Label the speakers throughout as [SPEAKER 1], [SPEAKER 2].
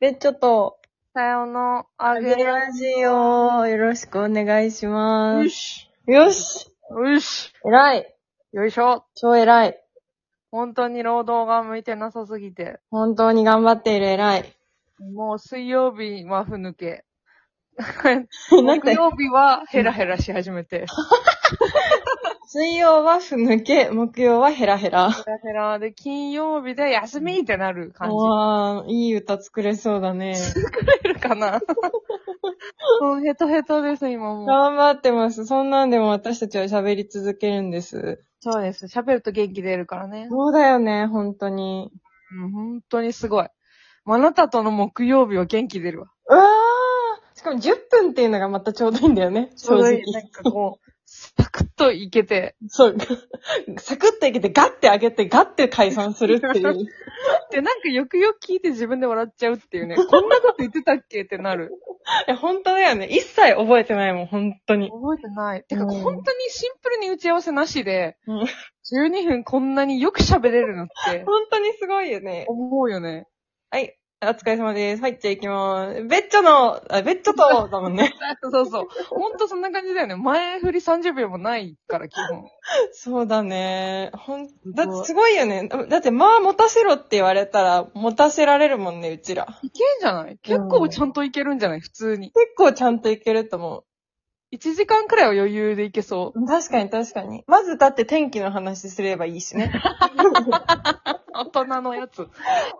[SPEAKER 1] ベッチョと、
[SPEAKER 2] さよの、あ
[SPEAKER 1] あげ
[SPEAKER 2] げ
[SPEAKER 1] ラジオ、よろしくお願いしま
[SPEAKER 2] よ
[SPEAKER 1] す。
[SPEAKER 2] し。
[SPEAKER 1] よし
[SPEAKER 2] よし。
[SPEAKER 1] 偉い
[SPEAKER 2] よいしょ。
[SPEAKER 1] 超偉い
[SPEAKER 2] 本当に労働が向いてなさすぎて。
[SPEAKER 1] 本当に頑張っている偉い。
[SPEAKER 2] もう水曜日はふぬけ。
[SPEAKER 1] なん
[SPEAKER 2] 木
[SPEAKER 1] て、
[SPEAKER 2] 曜日はヘラヘラし始めて。
[SPEAKER 1] 水曜はふぬけ、木曜はヘラヘラ。
[SPEAKER 2] ヘラヘラで、金曜日で休みってなる感じ。
[SPEAKER 1] わー、いい歌作れそうだね。
[SPEAKER 2] 出る かなもうヘトヘトです、今もう。
[SPEAKER 1] 頑張ってます。そんなんでも私たちは喋り続けるんです。
[SPEAKER 2] そうです。喋ると元気出るからね。
[SPEAKER 1] そうだよね、本当に。
[SPEAKER 2] うん、本当にすごい。あなたとの木曜日は元気出るわ。
[SPEAKER 1] うわーしかも10分っていうのがまたちょうどいいんだよね。
[SPEAKER 2] そ
[SPEAKER 1] 正
[SPEAKER 2] うい
[SPEAKER 1] 直
[SPEAKER 2] う。なんかこう、サクッといけて。
[SPEAKER 1] そう。 サクッといけて、ガッて上げて、ガッて解散するっていう。
[SPEAKER 2] で、なんかよくよく聞いて自分で笑っちゃうっていうね。 こんなこと言ってたっけってなる。
[SPEAKER 1] え、本当だよね。一切覚えてないもん、本当に。
[SPEAKER 2] 覚えてない。てか、
[SPEAKER 1] うん
[SPEAKER 2] 本当にシンプルに打ち合わせなしで、
[SPEAKER 1] うん
[SPEAKER 2] 12分こんなによく喋れるのって、
[SPEAKER 1] 本当にすごいよね。
[SPEAKER 2] 思うよね。
[SPEAKER 1] はい。お疲れ様です。はい、じゃあ行きまーす。ベッチョの、あ、ベッチョと、だもん ね。
[SPEAKER 2] そうそう。ほんとそんな感じだよね。前振り30秒もないから、基本。
[SPEAKER 1] そうだね。ほん、だっ
[SPEAKER 2] すご
[SPEAKER 1] て
[SPEAKER 2] い
[SPEAKER 1] すごいよね。だって、まあ、持たせろって言われたら、持たせられるもんね、うちら。
[SPEAKER 2] いけんじゃない結構ちゃんといけるんじゃない普通に。
[SPEAKER 1] 結構ちゃんといけると思
[SPEAKER 2] 1時間くらいは余裕でいけそう。
[SPEAKER 1] う。確かに確かに。まずだって天気の話すればいいし ね。
[SPEAKER 2] 大人のやつ。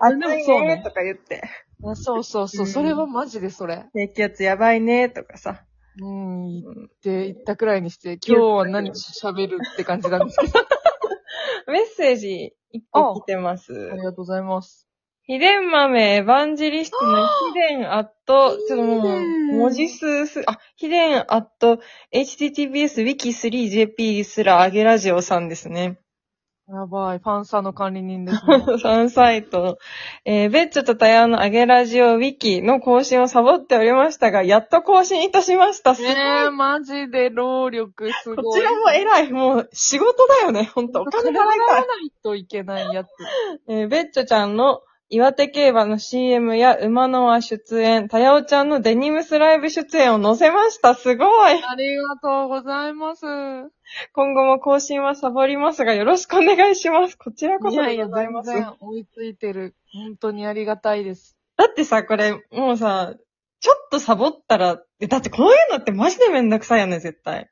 [SPEAKER 1] 暑い
[SPEAKER 2] でもそう
[SPEAKER 1] ね
[SPEAKER 2] ね
[SPEAKER 1] とか言って。
[SPEAKER 2] あそうそうそう。
[SPEAKER 1] うん
[SPEAKER 2] それはマジでそれ。
[SPEAKER 1] 熱気圧やばいねとかさ。
[SPEAKER 2] うん、言って、言ったくらいにして、今日は何喋るって感じなんですけど
[SPEAKER 1] メッセージ、一個来てます。
[SPEAKER 2] ありがとうございます。
[SPEAKER 1] 秘伝豆エヴァンジリストの秘伝アット、ちょっとも、
[SPEAKER 2] いいうね
[SPEAKER 1] 文字数す、あ、秘伝アット、https.wiki3jp すらあげラジオさんですね。
[SPEAKER 2] やばい、ファンサーの管理人です ね。
[SPEAKER 1] ファンサイト。えー、ベッチョとタヤのあげラジオ wiki の更新をサボっておりましたが、やっと更新いたしました。すごい。
[SPEAKER 2] えー、マジで労力すごい。
[SPEAKER 1] こちらも偉い。もう、仕事だよね、ほんと。お金払い
[SPEAKER 2] 払わ
[SPEAKER 1] たい
[SPEAKER 2] ないといけないやつ。
[SPEAKER 1] えーベッチョちゃんの岩手競馬の CM や馬の輪出演、たやおちゃんのデニムスライブ出演を載せました。すごい。
[SPEAKER 2] ありがとうございます。い
[SPEAKER 1] 今後も更新はサボりますが、よろしくお願いします。こちらこそ
[SPEAKER 2] や
[SPEAKER 1] で
[SPEAKER 2] いや、
[SPEAKER 1] ござい
[SPEAKER 2] 全
[SPEAKER 1] ます。
[SPEAKER 2] 然追いついてる。本当にありがたいです。
[SPEAKER 1] だってさ、これ、もうさ、ちょっとサボったら、えだってこういうのってマジでめんどくさいよね、絶対。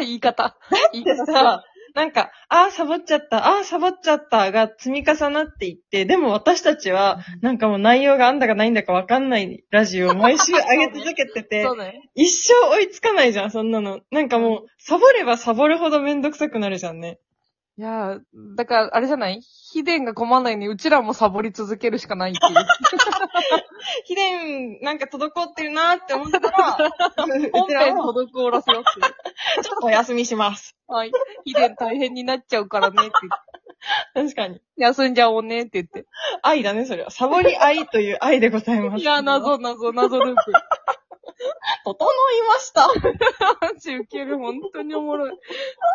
[SPEAKER 2] 言い方。 言い
[SPEAKER 1] でさ、なんか、ああ、サボっちゃった、ああ、サボっちゃったが積み重なっていって、でも私たちは、なんかもう内容があんだかないんだかわかんないラジオを毎週上げ続けてて、
[SPEAKER 2] そうね。
[SPEAKER 1] 一生追いつかないじゃん、そんなの。なんかもう、サボればサボるほどめんどくさくなるじゃんね。
[SPEAKER 2] いやー、だから、あれじゃない秘伝が困らないように、うちらもサボり続けるしかないっていう。
[SPEAKER 1] 秘伝、なんか滞ってるなーって思 ったら、
[SPEAKER 2] 本
[SPEAKER 1] 本
[SPEAKER 2] 編
[SPEAKER 1] 編も
[SPEAKER 2] 滞らせようっていう。
[SPEAKER 1] ちょっとお休みします。
[SPEAKER 2] はい。秘伝大変になっちゃうからねって言って。
[SPEAKER 1] 確かに。
[SPEAKER 2] 休んじゃおうねって言って。
[SPEAKER 1] 愛だね、それは。サボり愛という愛でございます。
[SPEAKER 2] い
[SPEAKER 1] 整い
[SPEAKER 2] や、謎、謎、謎ループ。
[SPEAKER 1] ました。
[SPEAKER 2] マジウケる、本当におもろい。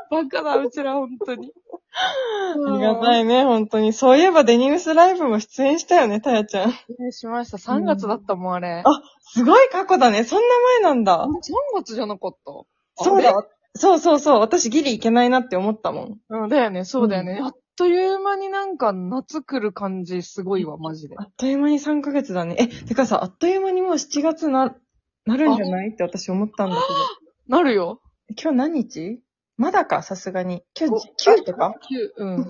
[SPEAKER 2] バカだ、うちら、本当に。
[SPEAKER 1] ありがた
[SPEAKER 2] い。
[SPEAKER 1] いね、本当に。そういえばデニムスライブも出演したよね、たやちゃん。
[SPEAKER 2] しました。3月だったもん、あれ。
[SPEAKER 1] あすごい過去だね、そんな前なんだ
[SPEAKER 2] 3。月じゃなかった。
[SPEAKER 1] そうだ。そうそうそう、私ギリいけないなって思ったもん。
[SPEAKER 2] うん、だよね、そうだよね。あっという間になんか夏来る感じすごいわ、マジで。
[SPEAKER 1] あっという間に3ヶ月だね。え、てかさ、あっという間にもう7月な、なるんじゃないって私思ったんだ
[SPEAKER 2] なるよ。
[SPEAKER 1] けど。今日何日まだか、さすがに。今日
[SPEAKER 2] お
[SPEAKER 1] 9とか
[SPEAKER 2] 九 うん。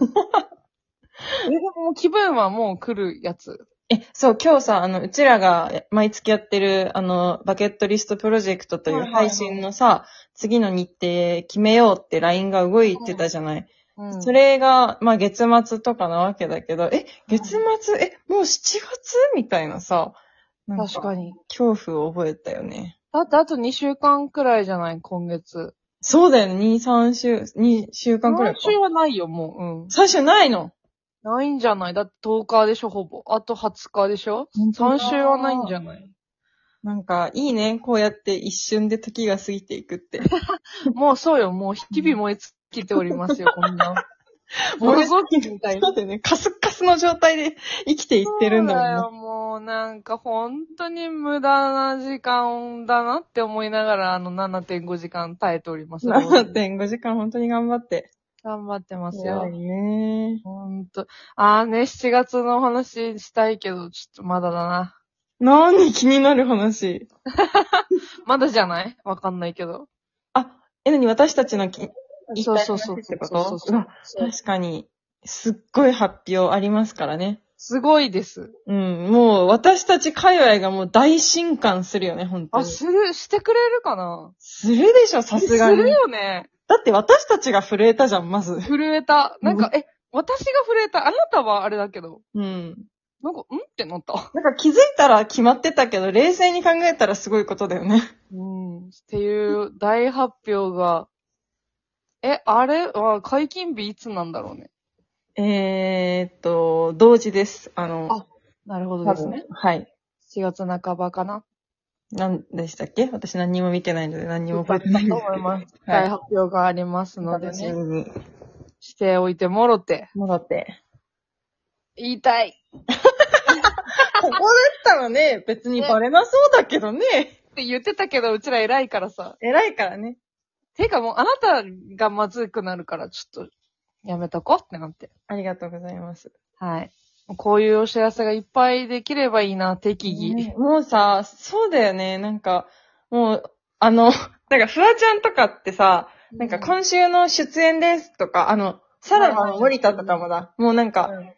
[SPEAKER 2] えでも気分はもう来るやつ。
[SPEAKER 1] え、そう、今日さ、あの、うちらが毎月やってる、あの、バケットリストプロジェクトという
[SPEAKER 2] はいはいはい
[SPEAKER 1] 配信のさ、次の日程決めようって LINE が動いてたじゃない。
[SPEAKER 2] うん。
[SPEAKER 1] それが、まあ月末とかなわけだけど、え、月末、え、もう7月みたいなさ、なんか
[SPEAKER 2] 確かに。
[SPEAKER 1] 恐怖を覚えたよね。
[SPEAKER 2] だってあと2週間くらいじゃない今月。
[SPEAKER 1] そうだよね。2、3週、2週間くらい
[SPEAKER 2] 今
[SPEAKER 1] か。
[SPEAKER 2] 週はないよ、もう。うん。
[SPEAKER 1] 3週ないの
[SPEAKER 2] ないんじゃないだって10日でしょ、ほぼ。あと20日でしょ ?3 週はないんじゃない
[SPEAKER 1] なんか、いいね。こうやって一瞬で時が過ぎていくって。
[SPEAKER 2] もうそうよ、もう日々燃え尽きており ますよ、こんな。
[SPEAKER 1] 燃え
[SPEAKER 2] 燃え尽きみたい
[SPEAKER 1] だ
[SPEAKER 2] な。
[SPEAKER 1] ってね、カスッカスの状態で生きていってるんだもんね。
[SPEAKER 2] そうよ、もうなんか本当に無駄な時間だなって思いながら、あの7.5時間耐えております。
[SPEAKER 1] 7.5時間本当に頑張って。
[SPEAKER 2] 頑張ってます
[SPEAKER 1] 偉
[SPEAKER 2] よ
[SPEAKER 1] い。ね。
[SPEAKER 2] ほんと。あーね、7月の話したいけど、ちょっとまだだな。
[SPEAKER 1] 何気になる話。
[SPEAKER 2] まだじゃないわかんないけど。
[SPEAKER 1] あ、え、何私たちのき
[SPEAKER 2] そうそうそう。
[SPEAKER 1] ってこ
[SPEAKER 2] そ
[SPEAKER 1] と
[SPEAKER 2] うそうそう
[SPEAKER 1] 確かに、すっごい発表ありますからね。
[SPEAKER 2] すごいです。
[SPEAKER 1] うん、もう私たち界隈がもう大震撼するよね、本当
[SPEAKER 2] あ、
[SPEAKER 1] に。
[SPEAKER 2] する、してくれるかな
[SPEAKER 1] するでしょ、さすがに。
[SPEAKER 2] する
[SPEAKER 1] だ
[SPEAKER 2] よね。
[SPEAKER 1] って私たちが震えたじゃん、まず。
[SPEAKER 2] 震えた。なんか、え、私が震えた。あなたはあれだけど。
[SPEAKER 1] うん。
[SPEAKER 2] なんか、んってなった。
[SPEAKER 1] なんか気づいたら決まってたけど、冷静に考えたらすごいことだよね。
[SPEAKER 2] うん。っていう大発表が。え、あれは解禁日いつなんだろうね。
[SPEAKER 1] えーっと、同時です。あの、
[SPEAKER 2] あなるほど
[SPEAKER 1] 多
[SPEAKER 2] です
[SPEAKER 1] 分
[SPEAKER 2] ね。
[SPEAKER 1] はい。
[SPEAKER 2] 7月半ばかな。
[SPEAKER 1] 何でしたっけ私何にも見てないので何にも覚えてないん
[SPEAKER 2] と
[SPEAKER 1] ですけ
[SPEAKER 2] 思い
[SPEAKER 1] ど。
[SPEAKER 2] ます。
[SPEAKER 1] はい
[SPEAKER 2] 大発表がありますので
[SPEAKER 1] 楽し
[SPEAKER 2] ね。
[SPEAKER 1] みに
[SPEAKER 2] しておいてもろて。
[SPEAKER 1] 戻って。
[SPEAKER 2] 言いたい。
[SPEAKER 1] ここだったらね、別にバレなそうだけどね。
[SPEAKER 2] って言ってたけど、うちら偉いからさ。
[SPEAKER 1] 偉いからね。
[SPEAKER 2] てかもう、あなたがまずくなるから、ちょっと、やめとこうってなって。
[SPEAKER 1] ありがとうございます。
[SPEAKER 2] はい。こういうお知らせがいっぱいできればいいな、適宜。
[SPEAKER 1] ねもうさ、そうだよね。なんか、もう、あの、 なんかフワちゃんとかってさ、なんか今週の出演ですとか、あの、さらばの森田とかもだ。もうなんか、
[SPEAKER 2] うん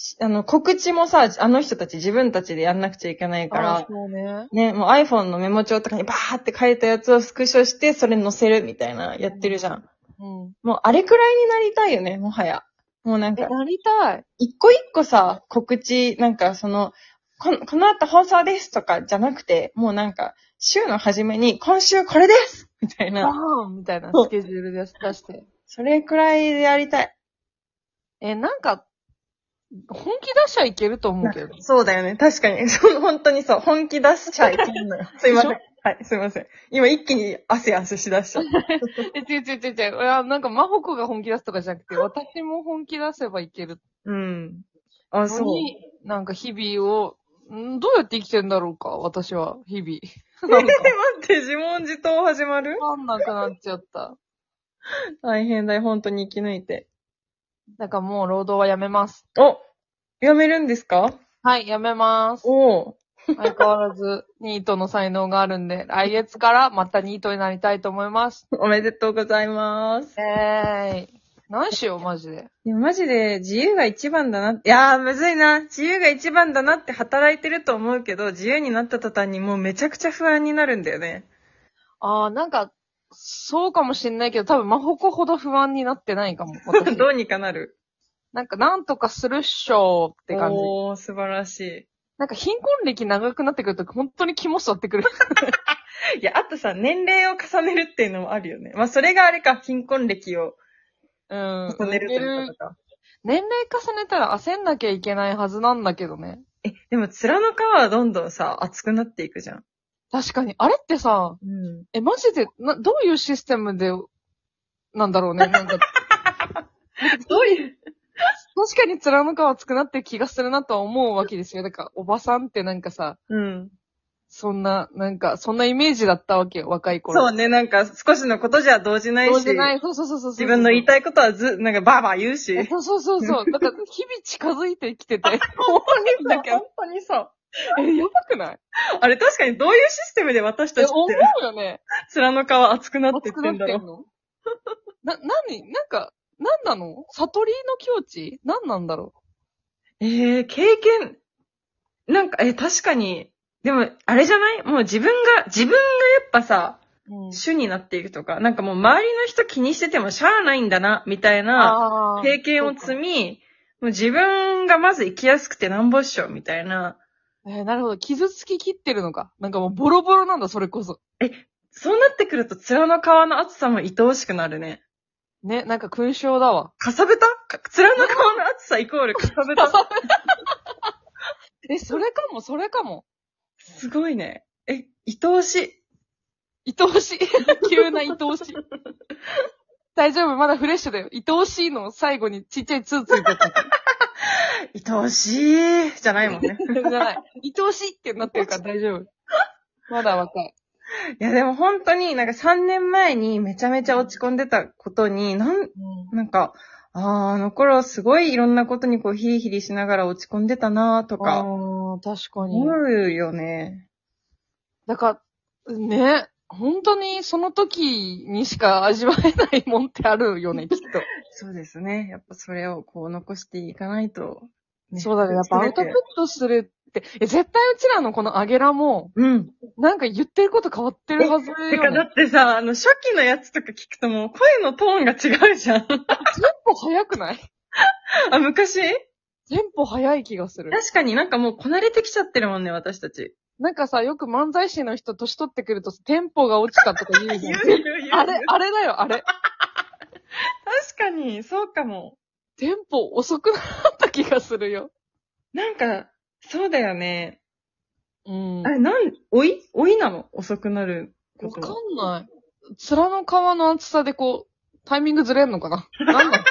[SPEAKER 1] しあの、告知もさ、あの人たち自分たちでやんなくちゃいけないか
[SPEAKER 2] あ
[SPEAKER 1] ら、
[SPEAKER 2] そうね。
[SPEAKER 1] ね、もう iPhone のメモ帳とかにバーって書いたやつをスクショして、それに載せるみたいなやってるじゃん。
[SPEAKER 2] うん。
[SPEAKER 1] もうあれくらいになりたいよね、もはや。もうなん
[SPEAKER 2] え、
[SPEAKER 1] か、
[SPEAKER 2] なりたい。
[SPEAKER 1] 一個一個さ、告知、なんかその、このこの後放送ですとかじゃなくて、もうなんか、週の初めに、今週これですみたい
[SPEAKER 2] バ
[SPEAKER 1] な。
[SPEAKER 2] ーンみたいな
[SPEAKER 1] そう
[SPEAKER 2] スケジュールで出して。
[SPEAKER 1] それくらいでやりたい。
[SPEAKER 2] え、なんか、本気出しちゃいけると思うけど。
[SPEAKER 1] そうだよね。確かに。 そう本当にそう。本気出しちゃいけんの よ。すいません。はい、すいません。今一気に汗汗しだし ちゃった。
[SPEAKER 2] え、違う違う違う違う。いや、なんか、マホコが本気出すとかじゃなくて、私も本気出せばいける
[SPEAKER 1] うん。あ、
[SPEAKER 2] の
[SPEAKER 1] そう。
[SPEAKER 2] に、なんか日々を、んどうやって生きてんだろうか、私は、日々。
[SPEAKER 1] え
[SPEAKER 2] なんか、
[SPEAKER 1] 待って、自問自答始まる
[SPEAKER 2] わかんなくなっちゃった。
[SPEAKER 1] 大変だよ、本当に生き抜いて。
[SPEAKER 2] なんかもう労働はやめます。
[SPEAKER 1] おやめるんですか
[SPEAKER 2] はい、やめます。
[SPEAKER 1] おー
[SPEAKER 2] 相変わらず、ニートの才能があるんで、来月からまたニートになりたいと思います。
[SPEAKER 1] おめでとうございます。
[SPEAKER 2] えーい。何しよう、マジで。
[SPEAKER 1] いや、マジで、自由が一番だな。いやー、むずいな。自由が一番だなって働いてると思うけど、自由になった途端にもうめちゃくちゃ不安になるんだよね。
[SPEAKER 2] あー、なんか、そうかもしんないけど、多分、マホコほど不安になってないかも、 私
[SPEAKER 1] どうにかなる。
[SPEAKER 2] なんか、なんとかするっしょーって感じ。
[SPEAKER 1] おー、素晴らし
[SPEAKER 2] なんか、貧困歴長くなってくると、本当に肝座ってくる。
[SPEAKER 1] い。いや、あとさ、年齢を重ねるっていうのもあるよね。まあ、それがあれか、貧困歴を
[SPEAKER 2] うん。
[SPEAKER 1] 重ねるということか。
[SPEAKER 2] 年齢重ねたら焦んなきゃいけないはずなんだけどね。
[SPEAKER 1] え、でも、面の皮はどんどんさ、厚くなっていくじゃん。
[SPEAKER 2] 確かに。あれってさ、
[SPEAKER 1] うん。
[SPEAKER 2] え、マジで、な、どういうシステムで、なんだろうね。なんか、
[SPEAKER 1] どういう、
[SPEAKER 2] 確かに面の皮厚くなってる気がするなとは思うわけですよ。だから、おばさんってなんかさ、
[SPEAKER 1] うん。
[SPEAKER 2] そんな、なんか、そんなイメージだったわけよ、若い
[SPEAKER 1] そ
[SPEAKER 2] 頃。
[SPEAKER 1] うね、なんか、少しのことじゃ動じないし、
[SPEAKER 2] そうじゃない。そうそうそうそうそう。
[SPEAKER 1] 自分の言いたいことはず、なんか、ばあば言うし。
[SPEAKER 2] そうそうそう そう。だから、日々近づいてきてて。本人だけど。
[SPEAKER 1] 当にそう。
[SPEAKER 2] え、やばくない
[SPEAKER 1] あれ確かにどういうシステムで私
[SPEAKER 2] え、
[SPEAKER 1] たちっ
[SPEAKER 2] 思
[SPEAKER 1] て、
[SPEAKER 2] うよね。
[SPEAKER 1] 面の皮厚くなって
[SPEAKER 2] 熱
[SPEAKER 1] っ
[SPEAKER 2] く
[SPEAKER 1] て
[SPEAKER 2] なっ
[SPEAKER 1] んだ
[SPEAKER 2] て
[SPEAKER 1] ろ
[SPEAKER 2] んのな、なになんか、なんなの悟りの境地なんなんだろ
[SPEAKER 1] う。えー、経験、なんか、えー確かに、でも、あれじゃないもう自分が、自分がやっぱさ、
[SPEAKER 2] う、うん、
[SPEAKER 1] 主になっていくとか、なんかもう周りの人気にしててもしゃあないんだな、みたいな
[SPEAKER 2] あー
[SPEAKER 1] 経験を積み、もう自分がまず生きやすくてなんぼっしょ、みたいな。
[SPEAKER 2] えーなるほど。傷つききってるのか。なんかもうボロボロなんだ、それこそ。
[SPEAKER 1] そうなってくると、面の皮の厚さも愛おしくなるね。
[SPEAKER 2] ね、なんか勲章だわ。
[SPEAKER 1] かさぶたか面の皮の厚さイコールかさぶ た。
[SPEAKER 2] え、それかも、それかも。
[SPEAKER 1] すごいね。え、愛おしい。
[SPEAKER 2] 愛おしい。 急な愛おしい。大丈夫、まだフレッシュだよ。愛おしいの最後にちっちゃいツーついてた。
[SPEAKER 1] 愛おしいじゃないもんね。
[SPEAKER 2] じゃない。愛おしいってなってるから大丈夫。まだ若い。
[SPEAKER 1] いやでも本当になんか3年前にめちゃめちゃ落ち込んでたことに、なん、なんか、ああ、あの頃すごいいろんなことにこうヒリヒリしながら落ち込んでたなと
[SPEAKER 2] あ
[SPEAKER 1] か、
[SPEAKER 2] あ、確かに
[SPEAKER 1] 思。うよね。
[SPEAKER 2] だから、ね、本当にその時にしか味わえないもんってあるよね、きっと。
[SPEAKER 1] そうですね。やっぱそれをこう残していかないと、ね
[SPEAKER 2] そうだね。やっぱアウトプットするって、え絶対うちらのこのアゲラも、
[SPEAKER 1] うん。
[SPEAKER 2] なんか言ってること変わってるはずよ、ね。
[SPEAKER 1] てかだってさ、あの初期のやつとか聞くともう声のトーンが違うじゃん。
[SPEAKER 2] テンポ早くない
[SPEAKER 1] あ、昔
[SPEAKER 2] テンポ早い気がする。
[SPEAKER 1] 確かになんかもうこなれてきちゃってるもんね、私たち。
[SPEAKER 2] なんかさ、よく漫才師の人年取ってくるとテンポが落ちたとか言うじゃん。あれ、あれだよ、あれ。
[SPEAKER 1] 確かに、そうかも。
[SPEAKER 2] テンポ遅くなった気がするよ。
[SPEAKER 1] なんか、そうだよね。
[SPEAKER 2] うん。
[SPEAKER 1] あれ、なん、老い老いなの遅くなるこ
[SPEAKER 2] わ
[SPEAKER 1] と
[SPEAKER 2] か
[SPEAKER 1] は。
[SPEAKER 2] んない。面の皮の厚さでこう、タイミングずれんのかななんだ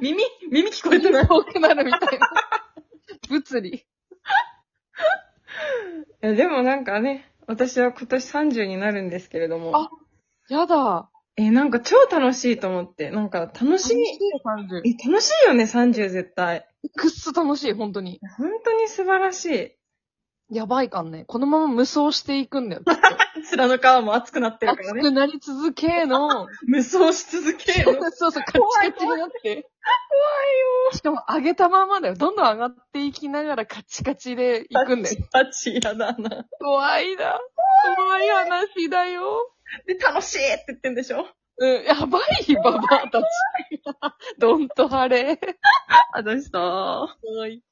[SPEAKER 1] 耳、耳聞こえてない。い
[SPEAKER 2] 遠くなるみたいな。物理。
[SPEAKER 1] や、でもなんかね、私は今年30になるんですけれども。
[SPEAKER 2] あやだ。
[SPEAKER 1] え、なんか超楽しいと思って。なんか楽しみ。
[SPEAKER 2] 30
[SPEAKER 1] え、楽しいよね、30絶対。
[SPEAKER 2] くっそ楽しい、本当に。
[SPEAKER 1] 本当に素晴らしい。
[SPEAKER 2] やばいかんね。このまま無双していくんだよ。きっ
[SPEAKER 1] 面の皮も熱くなって
[SPEAKER 2] と
[SPEAKER 1] るからね。
[SPEAKER 2] 熱くなり続け の、
[SPEAKER 1] 無双し続け る。
[SPEAKER 2] そうそう、カチカチになって。しかも上げたままだよ。どんどん上がっていきながらカチカチでいくんだよ。
[SPEAKER 1] パチ嫌だな。
[SPEAKER 2] 怖いな。怖い話だよ。
[SPEAKER 1] で、楽しいって言ってんでしょ
[SPEAKER 2] うん、やばい、 ババアたち。どんと晴れ。
[SPEAKER 1] 私さ、
[SPEAKER 2] はい。